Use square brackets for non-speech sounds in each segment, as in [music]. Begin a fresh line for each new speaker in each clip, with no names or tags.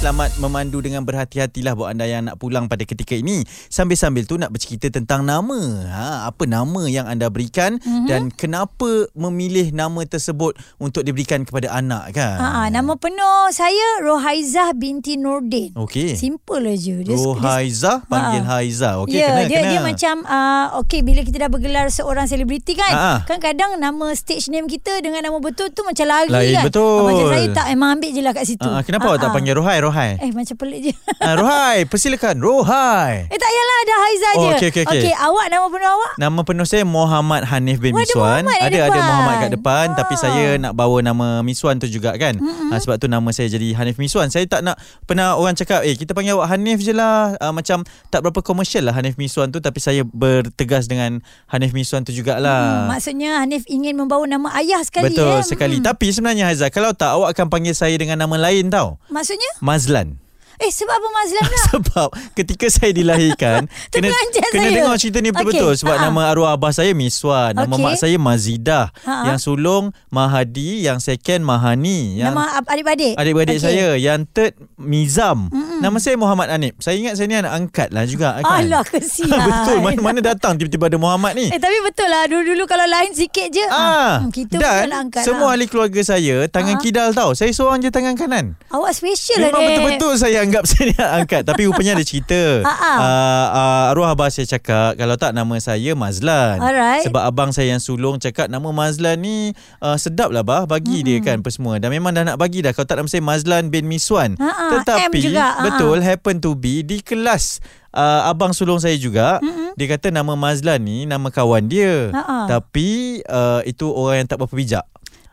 Selamat memandu dengan berhati-hatilah buat anda yang nak pulang pada ketika ini. Sambil-sambil tu nak bercerita tentang nama. Ha, apa nama yang anda berikan
Mhm.
mm-hmm. dan kenapa memilih nama tersebut untuk diberikan kepada anak kan?
Ha, nama penuh saya Rohaizah binti Nordin.
Okey.
Simple aja. Dia,
Rohaiza panggil
Ha.
Haiza. Okey,
ya,
kena
dia,
kena.
dia macam uh, okay bila kita dah bergelar seorang selebriti kan
Ha.
kan kadang nama stage name kita dengan nama betul tu macam lari
Lain
kan
betul.
Ah, macam saya tak emang ambil je lah kat situ
Ha, kenapa awak tak
Ah, ah.
panggil Rohai
[laughs]
Rohai?
eh macam pelik je
Ha, Rohai, persilakan Rohai.
eh tak payahlah ada Haiza
Oh,
je
okey, okey, okey.
okay awak nama penuh awak
Nama penuh saya Muhammad Hanif bin
Oh, ada
Miswan.
Muhammad kat
ada ada
depan.
Muhammad kat depan
Ah.
tapi saya nak bawa nama Miswan tu juga kan. Mm-hmm. Ha, sebab tu nama saya jadi Hanif Miswan. Saya tak nak pernah orang cakap eh kita panggil awak Hanif je lah. Uh, macam tak berapa komersial lah Hanif Miswan tu tapi saya bertegas dengan Hanif Miswan tu
hmm,
jugalah.
maksudnya Hanif ingin membawa nama ayah
Ah.
sekali
Betul
eh.
sekali.
Hmm.
Tapi sebenarnya Haizah kalau tak awak akan panggil saya dengan nama lain tau.
maksudnya
Mazlan.
eh sebab apa Mazlan nak
Sebab ketika saya
[laughs]
dilahirkan kena
Terperanjat
kena
saya.
dengar cerita ni betul-betul
Okey,
sebab
ha-ha.
nama arwah abah saya Miswan, nama
Okey.
mak saya Mazidah,
Ha-ha.
yang sulung Mahadi, yang second Mahani, [laughs] yang
nama ab- adik-adik
adik-beradik
Okey.
saya, yang third Mizam. Mm-mm. Nama saya Muhammad Anib. Saya ingat saya ni anak angkat lah juga kan. [laughs]
Alah kesian
betul, mana mana datang tiba-tiba ada Muhammad ni.
Eh tapi betul lah Dulu-dulu kalau lain sikit je
Ah,
hmm, Kita pun nak
dan
angkat
semua
lah.
ahli keluarga saya tangan
Ha.
kidal tau. Saya seorang je tangan kanan.
Awak special lah
Memang
Dek.
betul-betul saya anggap [laughs] saya nak angkat Tapi rupanya ada cerita
Ha, ha.
uh, uh, Arwah abah saya cakap Kalau tak nama saya Mazlan
Alright.
Sebab abang saya yang sulung cakap Nama Mazlan ni uh, sedap lah bah Bagi mm-hmm. dia kan apa semua Dan memang dah nak bagi dah Kalau tak nama saya Mazlan bin Miswan
Ha, ha. M
Tetapi
juga, ha, ha.
Betul happen to be Di kelas Uh, abang sulung saya juga mm-hmm. Dia kata nama Mazlan ni Nama kawan dia
Ha, ha.
Tapi uh, Itu orang yang tak berapa bijak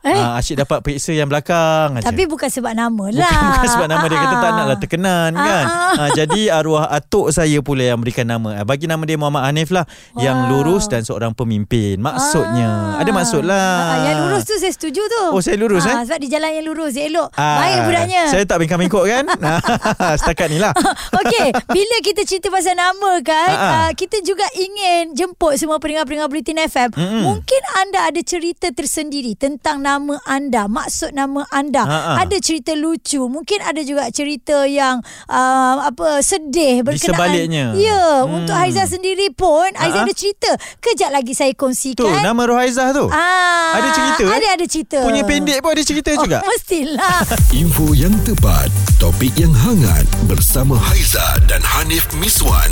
Eh?
uh, Asyik dapat periksa yang belakang aja.
Tapi bukan sebab nama
Bukan,
lah
[laughs] bukan sebab nama dia kata tak naklah terkenan
Ah,
kan.
ah.
Ha, jadi arwah atuk saya pula yang berikan nama. Ah, Bagi nama dia Muhammad Hanif lah. Wow. Yang
Wow.
lurus dan seorang pemimpin. Maksudnya.
Ah.
Ada maksud lah.
Ah, Yang lurus tu saya setuju tu Ah,
Oh, saya lurus, eh?
Sebab di jalan yang lurus Dia elok
Ah,
Baik budaknya
Saya tak bingkang-bingkuk
[laughs]
kan? Setakat ni lah.
Okey, bila kita cerita pasal nama kan,
Ha, ha.
uh, kita juga ingin jemput semua pendengar-pendengar Bulletin FM.
Mm-mm.
Mungkin anda ada cerita tersendiri tentang nama anda, maksud nama anda.
Ha, ha.
Ada cerita lucu, mungkin ada juga cerita yang uh, apa
Di
sedih berkenaan.
sebaliknya.
Ya,
Hmm.
hmm. untuk Haizah sendiri pun
Ha,
Haizah
ha.
ada cerita. Kejap lagi saya kongsikan.
Tu, nama Rohaizah tu.
Ah,
Ada cerita, eh?
Ada ada cerita.
Punya pendek pun ada cerita
Oh,
juga.
[laughs] mestilah.
Info yang tepat, topik yang hangat bersama Haiza dan Hanif Miswan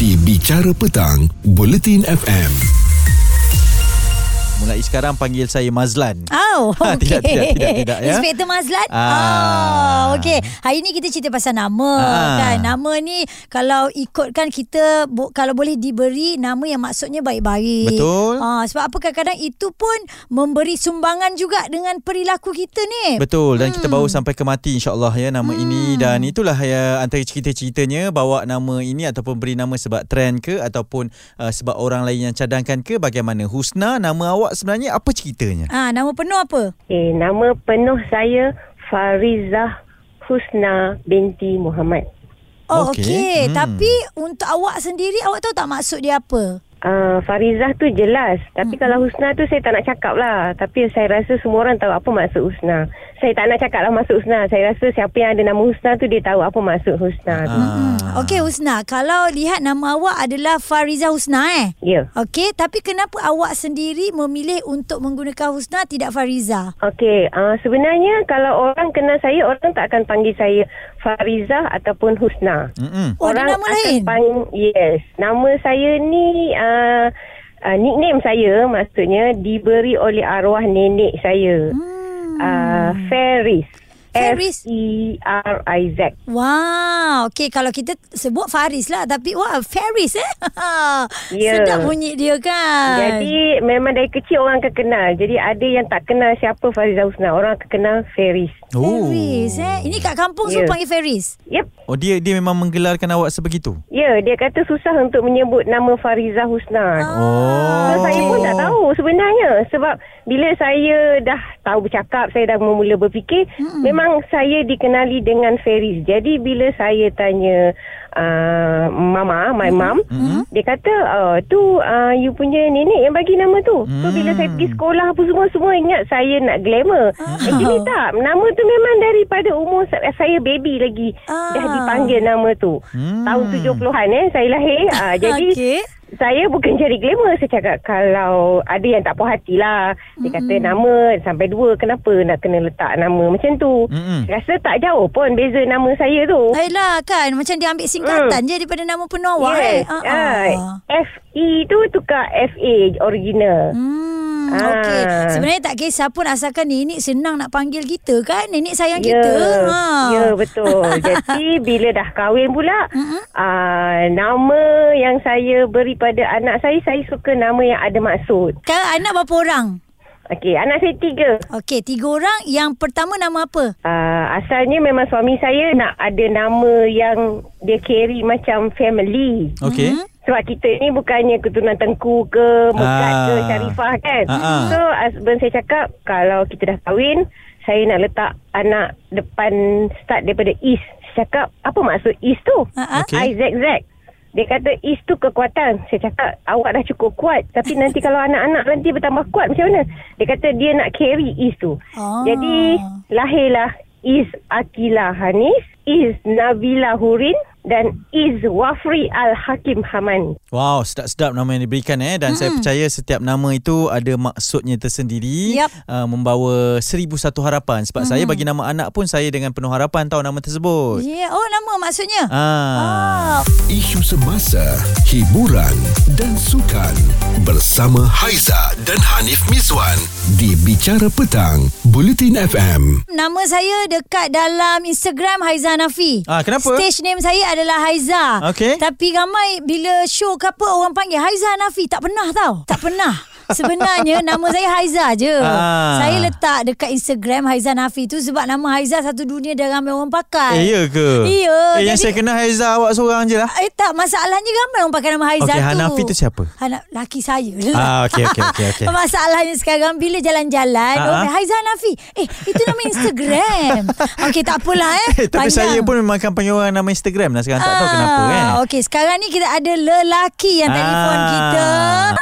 di Bicara Petang, Buletin FM.
Mulai sekarang panggil saya Mazlan.
Oh,
Ha, [laughs] tidak,
okay.
tidak, tidak, tidak, ya.
Inspektor Mazlan.
Ah.
Ah, okey. Hari ni kita cerita pasal nama
Ah.
kan. Nama ni kalau ikutkan kita bo- kalau boleh diberi nama yang maksudnya baik-baik.
Betul.
Ah, sebab apa kadang-kadang itu pun memberi sumbangan juga dengan perilaku kita ni.
Betul dan hmm. kita bawa sampai ke mati insyaallah ya nama hmm. ini dan itulah ya antara cerita-ceritanya bawa nama ini ataupun beri nama sebab trend ke ataupun uh, sebab orang lain yang cadangkan ke bagaimana Husna nama awak sebenarnya apa ceritanya?
Ah, nama penuh apa?
Okay, Eh, nama penuh saya Farizah Husna binti Muhammad.
Oh,
Okey.
okey.
Hmm.
Tapi untuk awak sendiri awak tahu tak maksud dia apa?
Uh, Farizah tu jelas Tapi kalau Husna tu Saya tak nak cakap lah Tapi saya rasa Semua orang tahu Apa maksud Husna Saya tak nak cakap lah Maksud Husna Saya rasa siapa yang ada nama Husna tu Dia tahu apa maksud Husna tu
Hmm.
Ah.
Okey Husna, kalau lihat nama awak adalah Fariza Husna eh?
Ya
Okey, tapi kenapa awak sendiri memilih untuk menggunakan Husna tidak Fariza?
Okey, uh, sebenarnya kalau orang kenal saya, orang tak akan panggil saya Farizah ataupun Husna.
Mm-mm.
Oh, ada
orang
nama lain?
panggil, yes. Nama saya ni, uh, uh, nickname saya maksudnya diberi oleh arwah nenek saya. Hmm. Uh, E Faris.
Faris.
F-E-R-I-Z.
Wow, okey kalau kita sebut Faris lah tapi wah Faris eh. [laughs]
Ya.
Sedap bunyi dia kan.
Jadi memang dari kecil orang akan kenal. Jadi ada yang tak kenal siapa Farizah Husna. Orang akan kenal Faris.
Faris eh. Ini kat kampung yeah.
Ya.
semua panggil Faris.
Yep.
Oh dia dia memang menggelarkan awak sebegitu.
Ya, dia kata susah untuk menyebut nama Farizah
Ah.
Husna.
Oh.
So, Ah, saya pun tak tahu sebenarnya sebab bila saya dah tahu bercakap, saya dah mula berfikir, mm-hmm. memang memang saya dikenali dengan Feris. Jadi bila saya tanya uh, mama, my mom, mm-hmm. dia kata uh, tu uh, you punya nenek yang bagi nama tu. Mm. So bila saya pergi sekolah apa semua semua ingat saya nak glamour. Actually tak. Nama tu memang daripada umur sa- saya baby lagi
Ah.
dah dipanggil nama tu.
Hmm.
Tahun 70-an eh saya lahir.
[laughs]
Uh, jadi
Okey.
saya bukan cari glamour saya cakap kalau ada yang tak puas hati lah dia kata nama sampai dua kenapa nak kena letak nama macam tu
Mm-mm.
rasa tak jauh pun beza nama saya tu
Ayolah kan Macam dia ambil singkatan je Daripada nama penuh awak eh.
Hmm. yes.
Ah,
ah.
ah.
FE tu tukar FA original
Hmm,
Ah.
okey. Sebenarnya tak kisah pun asalkan nenek senang nak panggil kita kan. Nenek sayang
Ya,
kita. Ha.
ya betul. Jadi bila dah kahwin pula,
Ah. Mm-mm.
uh, nama yang saya beri pada anak saya, saya suka nama yang ada maksud.
Kan anak berapa orang?
Okey, anak saya tiga.
Okey, tiga orang. Yang pertama nama apa?
Uh, asalnya memang suami saya nak ada nama yang dia carry macam family.
Okey.
Mhm.
Sebab kita ni bukannya keturunan Tengku ke, Mekat
Ah.
ke, Syarifah kan.
Ah, ah.
So, husband saya cakap, kalau kita dah kahwin, saya nak letak anak depan start daripada East. Saya cakap, apa maksud East tu?
Ah, ah.
Okey.
IZZ. Dia kata East tu kekuatan. Saya cakap awak dah cukup kuat. Tapi
[laughs]
nanti kalau anak-anak nanti bertambah kuat macam mana? Dia kata dia nak carry East tu.
Ah.
Jadi lahirlah Is Akila Hanis, Is Nabila Hurin dan Is Wafri Al-Hakim Haman.
Wow, sedap-sedap nama yang diberikan eh dan hmm. saya percaya setiap nama itu ada maksudnya tersendiri
Yap.
uh, membawa seribu satu harapan sebab hmm. saya bagi nama anak pun saya dengan penuh harapan tahu nama tersebut.
Ya, yeah. oh nama maksudnya.
Ah.
Ah.
Isu semasa, hiburan dan sukan bersama Haiza dan Hanif Miswan di Bicara Petang, Bulletin FM.
Nama saya dekat dalam Instagram Haiza Nafi.
Ah, kenapa?
Stage name saya adalah Haiza.
Okey.
Tapi ramai bila show ke apa orang panggil Haiza Nafi. Tak pernah tau. Tak pernah. Sebenarnya
[laughs]
nama saya Haiza je.
Ah.
Saya letak dekat Instagram Haiza Nafi tu sebab nama Haiza satu dunia dah ramai orang
Eh,
pakai.
ya ke?
Ya,
Eh, yang
jadi-
saya kenal Haiza awak seorang je lah.
Eh tak, masalahnya ramai orang pakai nama Haizan
Okey,
tu.
Hanafi tu siapa?
Hana, laki saya lah.
Ah, okey, okey, okey, okey.
[laughs] Masalahnya sekarang bila jalan-jalan,
Ah,
uh-huh.
ah.
oh, Haizan Hanafi. Eh, itu nama
[laughs]
Instagram. Okey, tak apalah
Eh, [laughs]
eh.
tapi
Panjang.
saya pun memang akan panggil orang nama Instagram lah sekarang tak tahu kenapa
Ah,
kan.
Okey, sekarang ni kita ada lelaki yang telefon
Ah.
kita.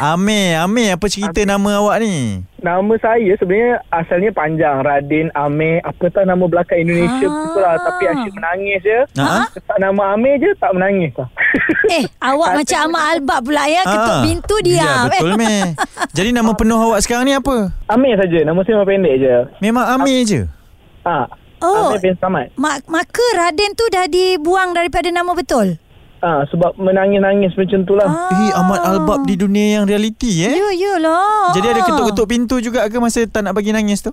Amir, Amir apa cerita nama awak ni?
Nama saya sebenarnya asalnya panjang Radin Amir Apa tak nama belakang
Ah.
Indonesia ah. betul lah Tapi asyik menangis je
Ha?
Ah.
Letak nama Amir je tak menangis lah [laughs]
Eh, awak macam Amal Albab pula ya. Ketuk
Ah.
pintu
Ya,
diam. [laughs]
betul
eh.
meh. Jadi nama penuh awak sekarang ni apa?
Amir saja nama saya memang pendek je
Memang Amir je.
ha.
Oh.
oh. Amir bin Samad
Mak, maka Raden tu dah dibuang daripada nama betul?
ha, Sebab menangis-nangis macam tu lah
Ah.
Eh, Ahmad Albab di dunia yang realiti eh.
Ya, ya lah.
Jadi ada ketuk-ketuk pintu juga ke masa tak nak bagi nangis tu?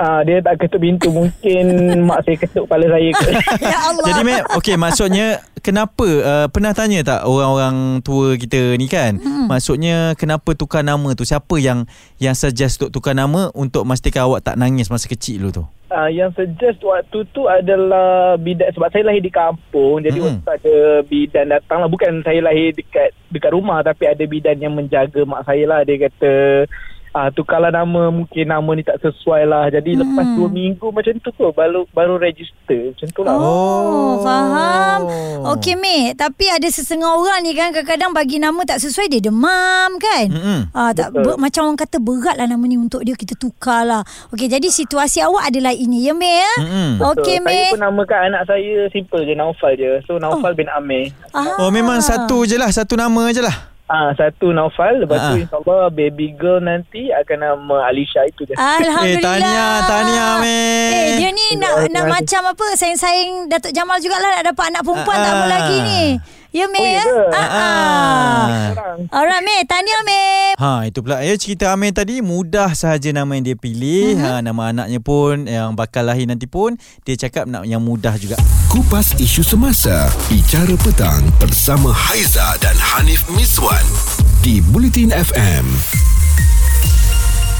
ha, Dia tak ketuk pintu Mungkin [laughs] mak saya ketuk kepala saya ke [laughs]
Ya
[laughs]
Allah.
Jadi Mac, okey maksudnya kenapa uh, pernah tanya tak orang-orang tua kita ni kan? Hmm. Maksudnya kenapa tukar nama tu? Siapa yang yang suggest untuk tukar nama untuk pastikan awak tak nangis masa kecil dulu tu?
Uh, yang suggest waktu tu adalah bidan sebab saya lahir di kampung jadi
Mm-mm.
mm-hmm. waktu tu ada bidan datang lah bukan saya lahir dekat dekat rumah tapi ada bidan yang menjaga mak saya lah dia kata ah tukarlah nama mungkin nama ni tak sesuai lah jadi mm-hmm. lepas 2 minggu macam tu tu baru baru register macam tu lah oh.
Oh.
Oh, faham. Okey, Mek. Tapi ada sesengah orang ni kan kadang-kadang bagi nama tak sesuai, dia demam kan?
Mm-mm.
Ah, tak, ber, macam orang kata berat lah nama ni untuk dia, kita tukar lah. Okey, jadi situasi awak adalah ini ya, Mek? Ya?
Mm-mm.
Okey,
saya
Mek.
pun namakan anak saya simple je Naufal je so Naufal oh. bin Amir
Ah.
Oh memang satu je lah, satu nama je lah.
ah satu Naufal lepas
Ah.
tu insyaAllah baby girl nanti akan nama Alisha itu je
[laughs] Alhamdulillah.
Eh, tahniah, tahniah, Mek.
Eh, dia ni nak nak macam apa, sayang-sayang Datuk Jamal jugalah nak dapat anak perempuan tak apa
Ah.
lagi ni. Ya, Mek? ya?
Oh, ke?
Ah, ah. Alright, Mek. Tahniah, Mek.
Ha itu pula ya cerita Amir tadi mudah sahaja nama yang dia
Mhm.
pilih ha nama anaknya pun yang bakal lahir nanti pun dia cakap nak yang mudah juga.
Kupas isu semasa, Bicara Petang bersama Haiza dan Hanif Miswan di Bulletin FM.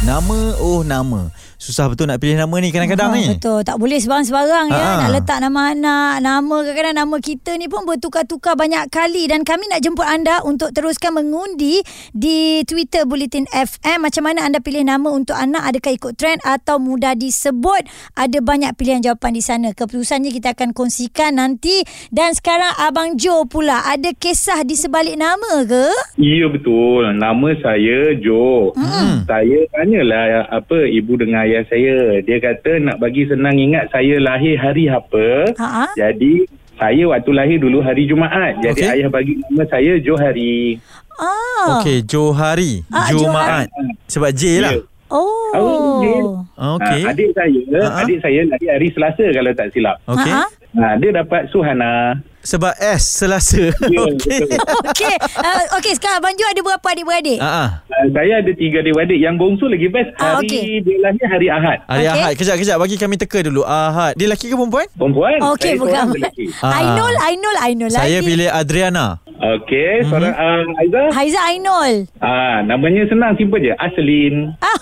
Nama oh nama. susah betul nak pilih nama ni kadang-kadang
Ah,
ni.
Betul. Tak boleh sebarang-sebarang ya.
Ah.
Nak letak nama anak, nama kadang-kadang nama kita ni pun bertukar-tukar banyak kali dan kami nak jemput anda untuk teruskan mengundi di Twitter Bulletin FM macam mana anda pilih nama untuk anak adakah ikut trend atau mudah disebut. Ada banyak pilihan jawapan di sana. Keputusannya kita akan kongsikan nanti dan sekarang Abang Joe pula ada kisah di sebalik nama ke?
Ya betul. Nama saya Jo. Hmm. Saya tanyalah apa ibu dengan ayah saya. Dia kata nak bagi senang ingat saya lahir hari apa.
Ha ah.
Jadi saya waktu lahir dulu hari Jumaat. Jadi
Okey.
okay. ayah bagi nama saya Johari.
Ah.
Okey, Johari.
Ah,
Jumaat. Sebab J lah.
Ya. Oh, ya.
Oh.
Yeah. Okey.
Ha, adik saya,
Ha-ha.
adik saya lahir hari Selasa kalau tak silap.
Okey.
Ha ah.
Ha, dia dapat Suhana. Ha,
Sebab S Selasa.
[laughs]
[laughs]
Ya,
Okey.
betul.
[laughs]
Okey, uh, okey sekarang Abang Joe ada berapa adik-beradik?
Ha ah.
Uh, saya ada tiga adik-adik. Yang bongsu lagi best.
Ah,
Hari
okey.
dia lahir hari Ahad.
Hari
Okey.
okay. Ahad. Kejap kejap bagi kami teka dulu. Ahad. Dia lelaki ke perempuan?
Perempuan.
Okey,
saya seorang
bukan. [laughs]
lelaki.
Ainul, Ainul, Ainul.
Saya
lagi.
pilih Adriana.
Okey, seorang uh, Aizah.
Haiza Ainul.
Ah, namanya senang simple je. Aslin.
Ah.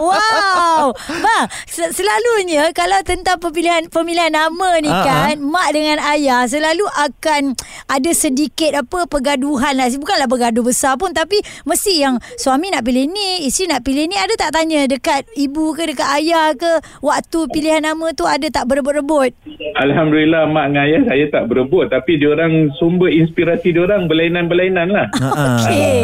wow. Bang, se- selalunya kalau tentang pemilihan pemilihan nama ni
Ah,
uh-huh. kan, mak dengan ayah selalu akan ada sedikit apa pergaduhan lah. Bukanlah bergaduh besar pun tapi mesti yang suami nak pilih ni, isteri nak pilih ni. Ada tak tanya dekat ibu ke dekat ayah ke waktu pilihan nama tu ada tak berebut-rebut?
Alhamdulillah mak dengan ayah saya tak berebut tapi diorang sumber inspirasi diorang berlainan-berlainan lah.
Ah,
Okey.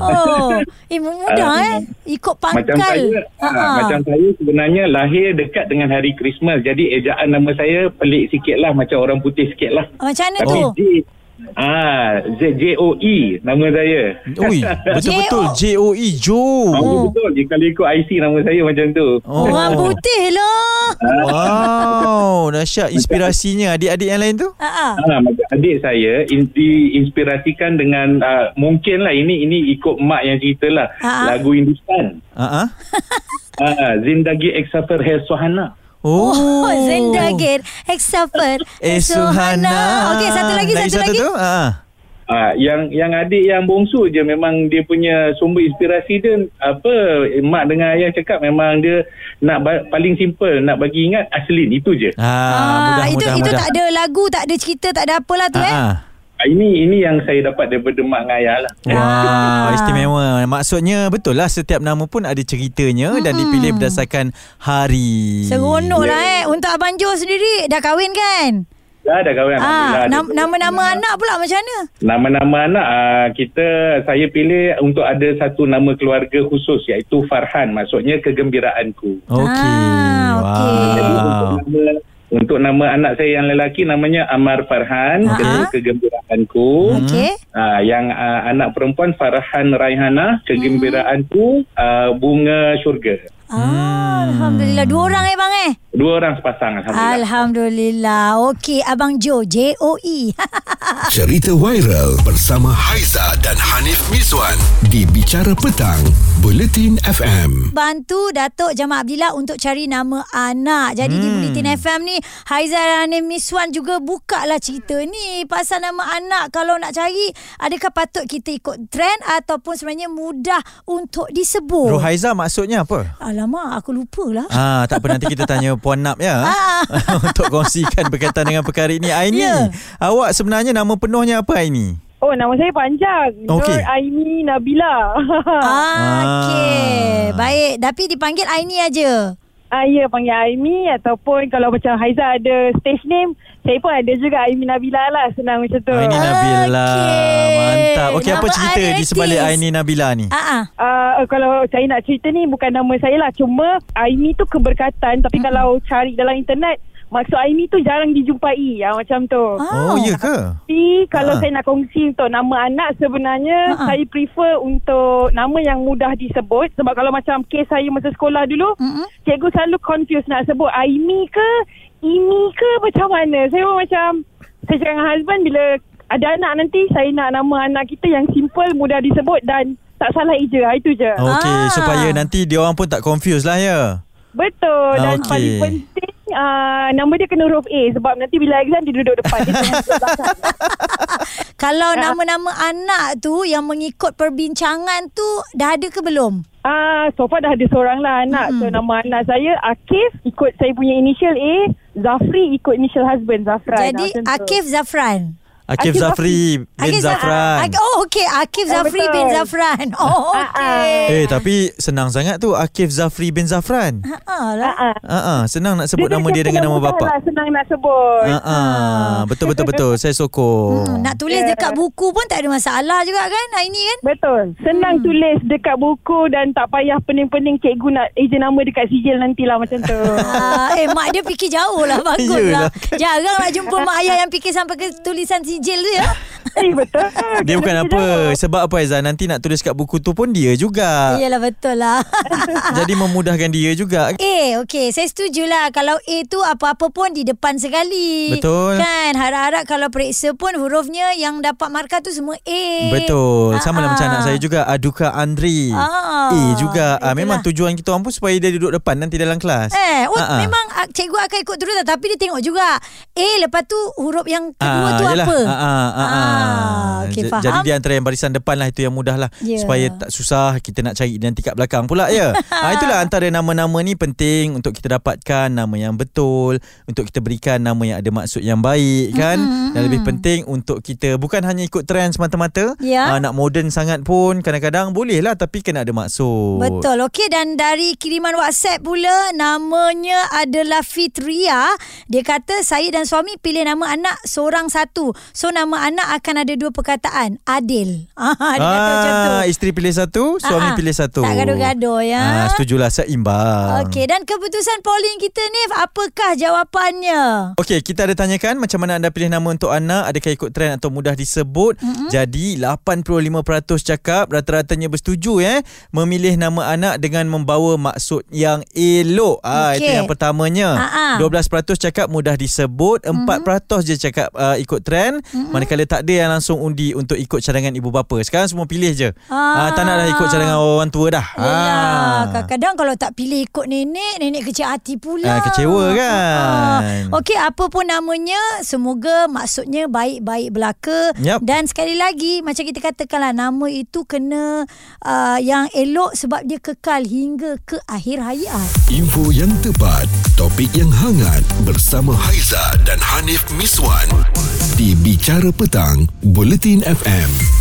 Oh, eh mudah
Ah.
eh. Ikut pangkal.
Macam saya,
Ah,
ha, macam saya sebenarnya lahir dekat dengan hari Christmas. Jadi ejaan nama saya pelik sikit lah macam orang putih sikit lah.
Ah, Macam mana
Tapi
tu?
J Ah, Z J O E nama saya.
[laughs]
Ui, betul-betul J-O-E, Jo.
Oh. betul. Dia kalau ikut IC nama saya macam tu.
Oh.
Orang putih lah.
Wow, dahsyat inspirasinya adik-adik yang lain tu.
Ah, ah.
Ha, macam adik saya in, diinspirasikan dengan uh, mungkinlah ini ini ikut mak yang cerita lah
Ha.
lagu Hindustan.
Ha ah.
Ha, Zindagi Ek Safar Hai Suhana.
Oh.
Oh, Zendagir, Hexafer,
Eh, Suhana.
Okey, satu lagi, satu lagi.
tu. Ha. ah.
Ha, yang yang adik yang bongsu je memang dia punya sumber inspirasi dia apa mak dengan ayah cakap memang dia nak ba- paling simple nak bagi ingat Aslin itu je.
Ah, mudah,
itu
mudah,
itu
mudah.
tak ada lagu, tak ada cerita, tak ada apalah tu eh.
Ah, ah.
Ha, ini ini yang saya dapat daripada mak dengan ayah lah.
Ya.
Ah.
Wah, istimewa. Maksudnya betul lah setiap nama pun ada ceritanya mm-hmm. dan dipilih berdasarkan hari.
Seronok lah eh. Untuk Abang Jo sendiri, dah kahwin kan?
Dah dah kawan
Ah,
Alhamdulillah.
nam- nama-nama anak pula macam mana?
Hmm.
Nama-nama anak ah, kita saya pilih untuk ada satu nama keluarga khusus iaitu Farhan maksudnya kegembiraanku.
Okey.
Ah, okey.
Jadi
Wow.
untuk nama untuk nama anak saya yang lelaki namanya Amar Farhan
Ha.
jadi kegembiraanku.
Okey.
Ah, yang ah, anak perempuan Farhan Raihana kegembiraanku ah, bunga syurga.
Hmm.
Ah, Alhamdulillah. Dua orang eh bang eh?
Dua orang sepasang alhamdulillah.
Alhamdulillah. Okey, Abang Jo, E. J-O-E.
Cerita viral bersama Haiza dan Hanif Miswan di Bicara Petang, Buletin FM.
Bantu Datuk Jamal Abdillah untuk cari nama anak. Jadi hmm. di Bulletin FM ni, Haizal Hanim Miswan juga buka lah cerita ni pasal nama anak. Kalau nak cari, adakah patut kita ikut trend ataupun sebenarnya mudah untuk disebut?
Rohaiza maksudnya apa?
Alamak, aku lupalah.
Ah, tak apa nanti kita tanya Puan Nap ya.
Ah.
[laughs] Untuk kongsikan berkaitan dengan perkara ini. Aini, yeah.
Ya.
awak sebenarnya nama penuhnya apa Aini?
Oh, nama saya panjang.
Okey.
Nur Aini Nabila. [laughs]
Ah, okey.
Ah.
Baik, tapi dipanggil Aini aja.
ah, ya, panggil Aini ataupun kalau macam Haiza ada stage name, saya pun ada juga Aini Nabila lah. Senang macam tu.
Aini Nabila.
Okey.
Mantap. Okey, apa
Nama
cerita
artis.
di sebalik Aini Nabila ni?
Ah, ah.
Uh, kalau saya nak cerita ni bukan nama saya lah Cuma Aini tu keberkatan Tapi kalau cari dalam internet Maksud Aini tu jarang dijumpai ah, Macam tu
Oh, ya ke?
Tapi kalau
Ha.
saya nak kongsi untuk nama anak sebenarnya
Ha.
saya prefer untuk nama yang mudah disebut sebab kalau macam kes saya masa sekolah dulu
Mm-mm.
cikgu selalu confuse nak sebut Aimi ke Ini ke macam mana saya pun macam saya cakap dengan husband bila ada anak nanti saya nak nama anak kita yang simple mudah disebut dan tak salah eja Ha, itu je oh.
Okey,
Ah.
supaya nanti dia orang pun tak confuse lah ya.
betul
Ah,
dan
okey.
paling penting uh, nama dia kena huruf A sebab nanti bila exam dia duduk depan dia jangan duduk belakang
Kalau nama-nama anak tu yang mengikut perbincangan tu dah ada ke belum?
Ah, so far dah ada seorang lah anak. Mm-hmm. So nama anak saya Akif ikut saya punya initial A, Zafri ikut initial husband Zafran.
Jadi
Ah, macam tu.
Akif Zafran.
Akif
Akif
Zafri bin
Akif Za-
Zafran.
Ak- oh okey Akif
Ah,
Zafri
betul.
bin Zafran.
Ah,
Oh
ah.
okey.
Eh tapi senang sangat tu Akif Zafri bin Zafran.
Ha ah lah.
Ah, ah.
Ha ah, senang nak sebut
Dia-
nama
dia
dia dengan
senang
nama
mudah
bapa.
Lah, senang nak sebut.
Ha
[laughs]
ah, betul betul betul. Saya sokong.
Hmm, nak tulis
Yeah.
dekat buku pun tak ada masalah juga kan hari ni kan?
Betul. Senang hmm. tulis dekat buku dan tak payah pening-pening cikgu nak ejen nama dekat sijil nantilah macam [laughs] tu.
Ah, eh mak dia fikir jauh
[laughs]
lah bagus
Yelah,
lah. Jarang nak jumpa mak ayah yang fikir sampai ke tulisan sijil tu ya.
eh betul.
Dia bukan
Kena
apa
jawab.
Sebab apa Aizan Nanti nak tulis kat buku tu pun Dia juga
Iyalah betul lah. [laughs]
Jadi memudahkan dia juga
A, okey. Saya setujulah kalau A tu apa-apa pun di depan sekali.
Betul.
Kan, harap-harap kalau periksa pun hurufnya yang dapat markah tu semua A.
Betul Sama lah
Eh, Ah,
macam anak
ah.
saya juga Aduka Andri
Ah,
Eh juga ah,
itulah.
Memang tujuan kita orang pun Supaya dia duduk depan Nanti dalam kelas
Eh, oh,
Ah, ah.
memang ah, cikgu akan ikut terus lah, tapi dia tengok juga. A lepas tu huruf yang kedua
Ah,
tu
yelah.
apa?
Ah, ah, ah, ah.
okey
Ja-
faham.
Jadi di antara yang barisan depan lah itu yang mudah lah
Ya.
supaya tak susah kita nak cari nanti kat belakang pula
[laughs]
ya. ah, itulah antara nama-nama ni penting untuk kita dapatkan nama yang betul, untuk kita berikan nama yang ada maksud yang baik kan mm-hmm. dan lebih penting untuk kita bukan hanya ikut trend semata-mata.
Ya.
Ah, nak moden sangat pun kadang-kadang boleh lah tapi kena ada maksud.
Betul. Okey dan dari kiriman WhatsApp pula namanya adalah Fitria. Dia kata saya dan suami pilih nama anak seorang satu. So nama anak akan ada dua perkataan. Adil. [laughs] Ah, dia kata macam tu.
Ah, isteri pilih satu, suami
Ah, ah.
pilih satu.
Tak gaduh-gaduh, ya.
Ah, setujulah seimbang.
Okey dan keputusan polling kita ni apakah jawapannya?
Okey, kita ada tanyakan macam mana anda pilih nama untuk anak, adakah ikut trend atau mudah disebut. Mm-hmm. Jadi 85% cakap rata-ratanya bersetuju eh memilih nama anak dengan membawa maksud yang elok. Ah
Okey.
itu yang pertamanya.
Ah, ah.
12% cakap mudah disebut, 4% mm-hmm. je cakap uh, ikut trend, mm-hmm. manakala tak ada yang langsung undi untuk ikut cadangan ibu bapa. Sekarang semua pilih je. Ah, tak nak dah ikut cadangan orang tua dah. Ah.
Yelah, kadang-kadang kalau tak pilih ikut nenek, nenek kecil hati pula.
Ah, kecewa kan?
Ah. Okey, apa pun namanya, semoga maksudnya baik-baik belaka.
Yap.
Dan sekali lagi, macam kita katakanlah, nama itu kena uh, yang elok sebab dia kekal hingga ke akhir hayat.
Info yang tepat, topik yang hangat bersama Haiza dan Hanif Miswan di Bicara Petang, Buletin FM.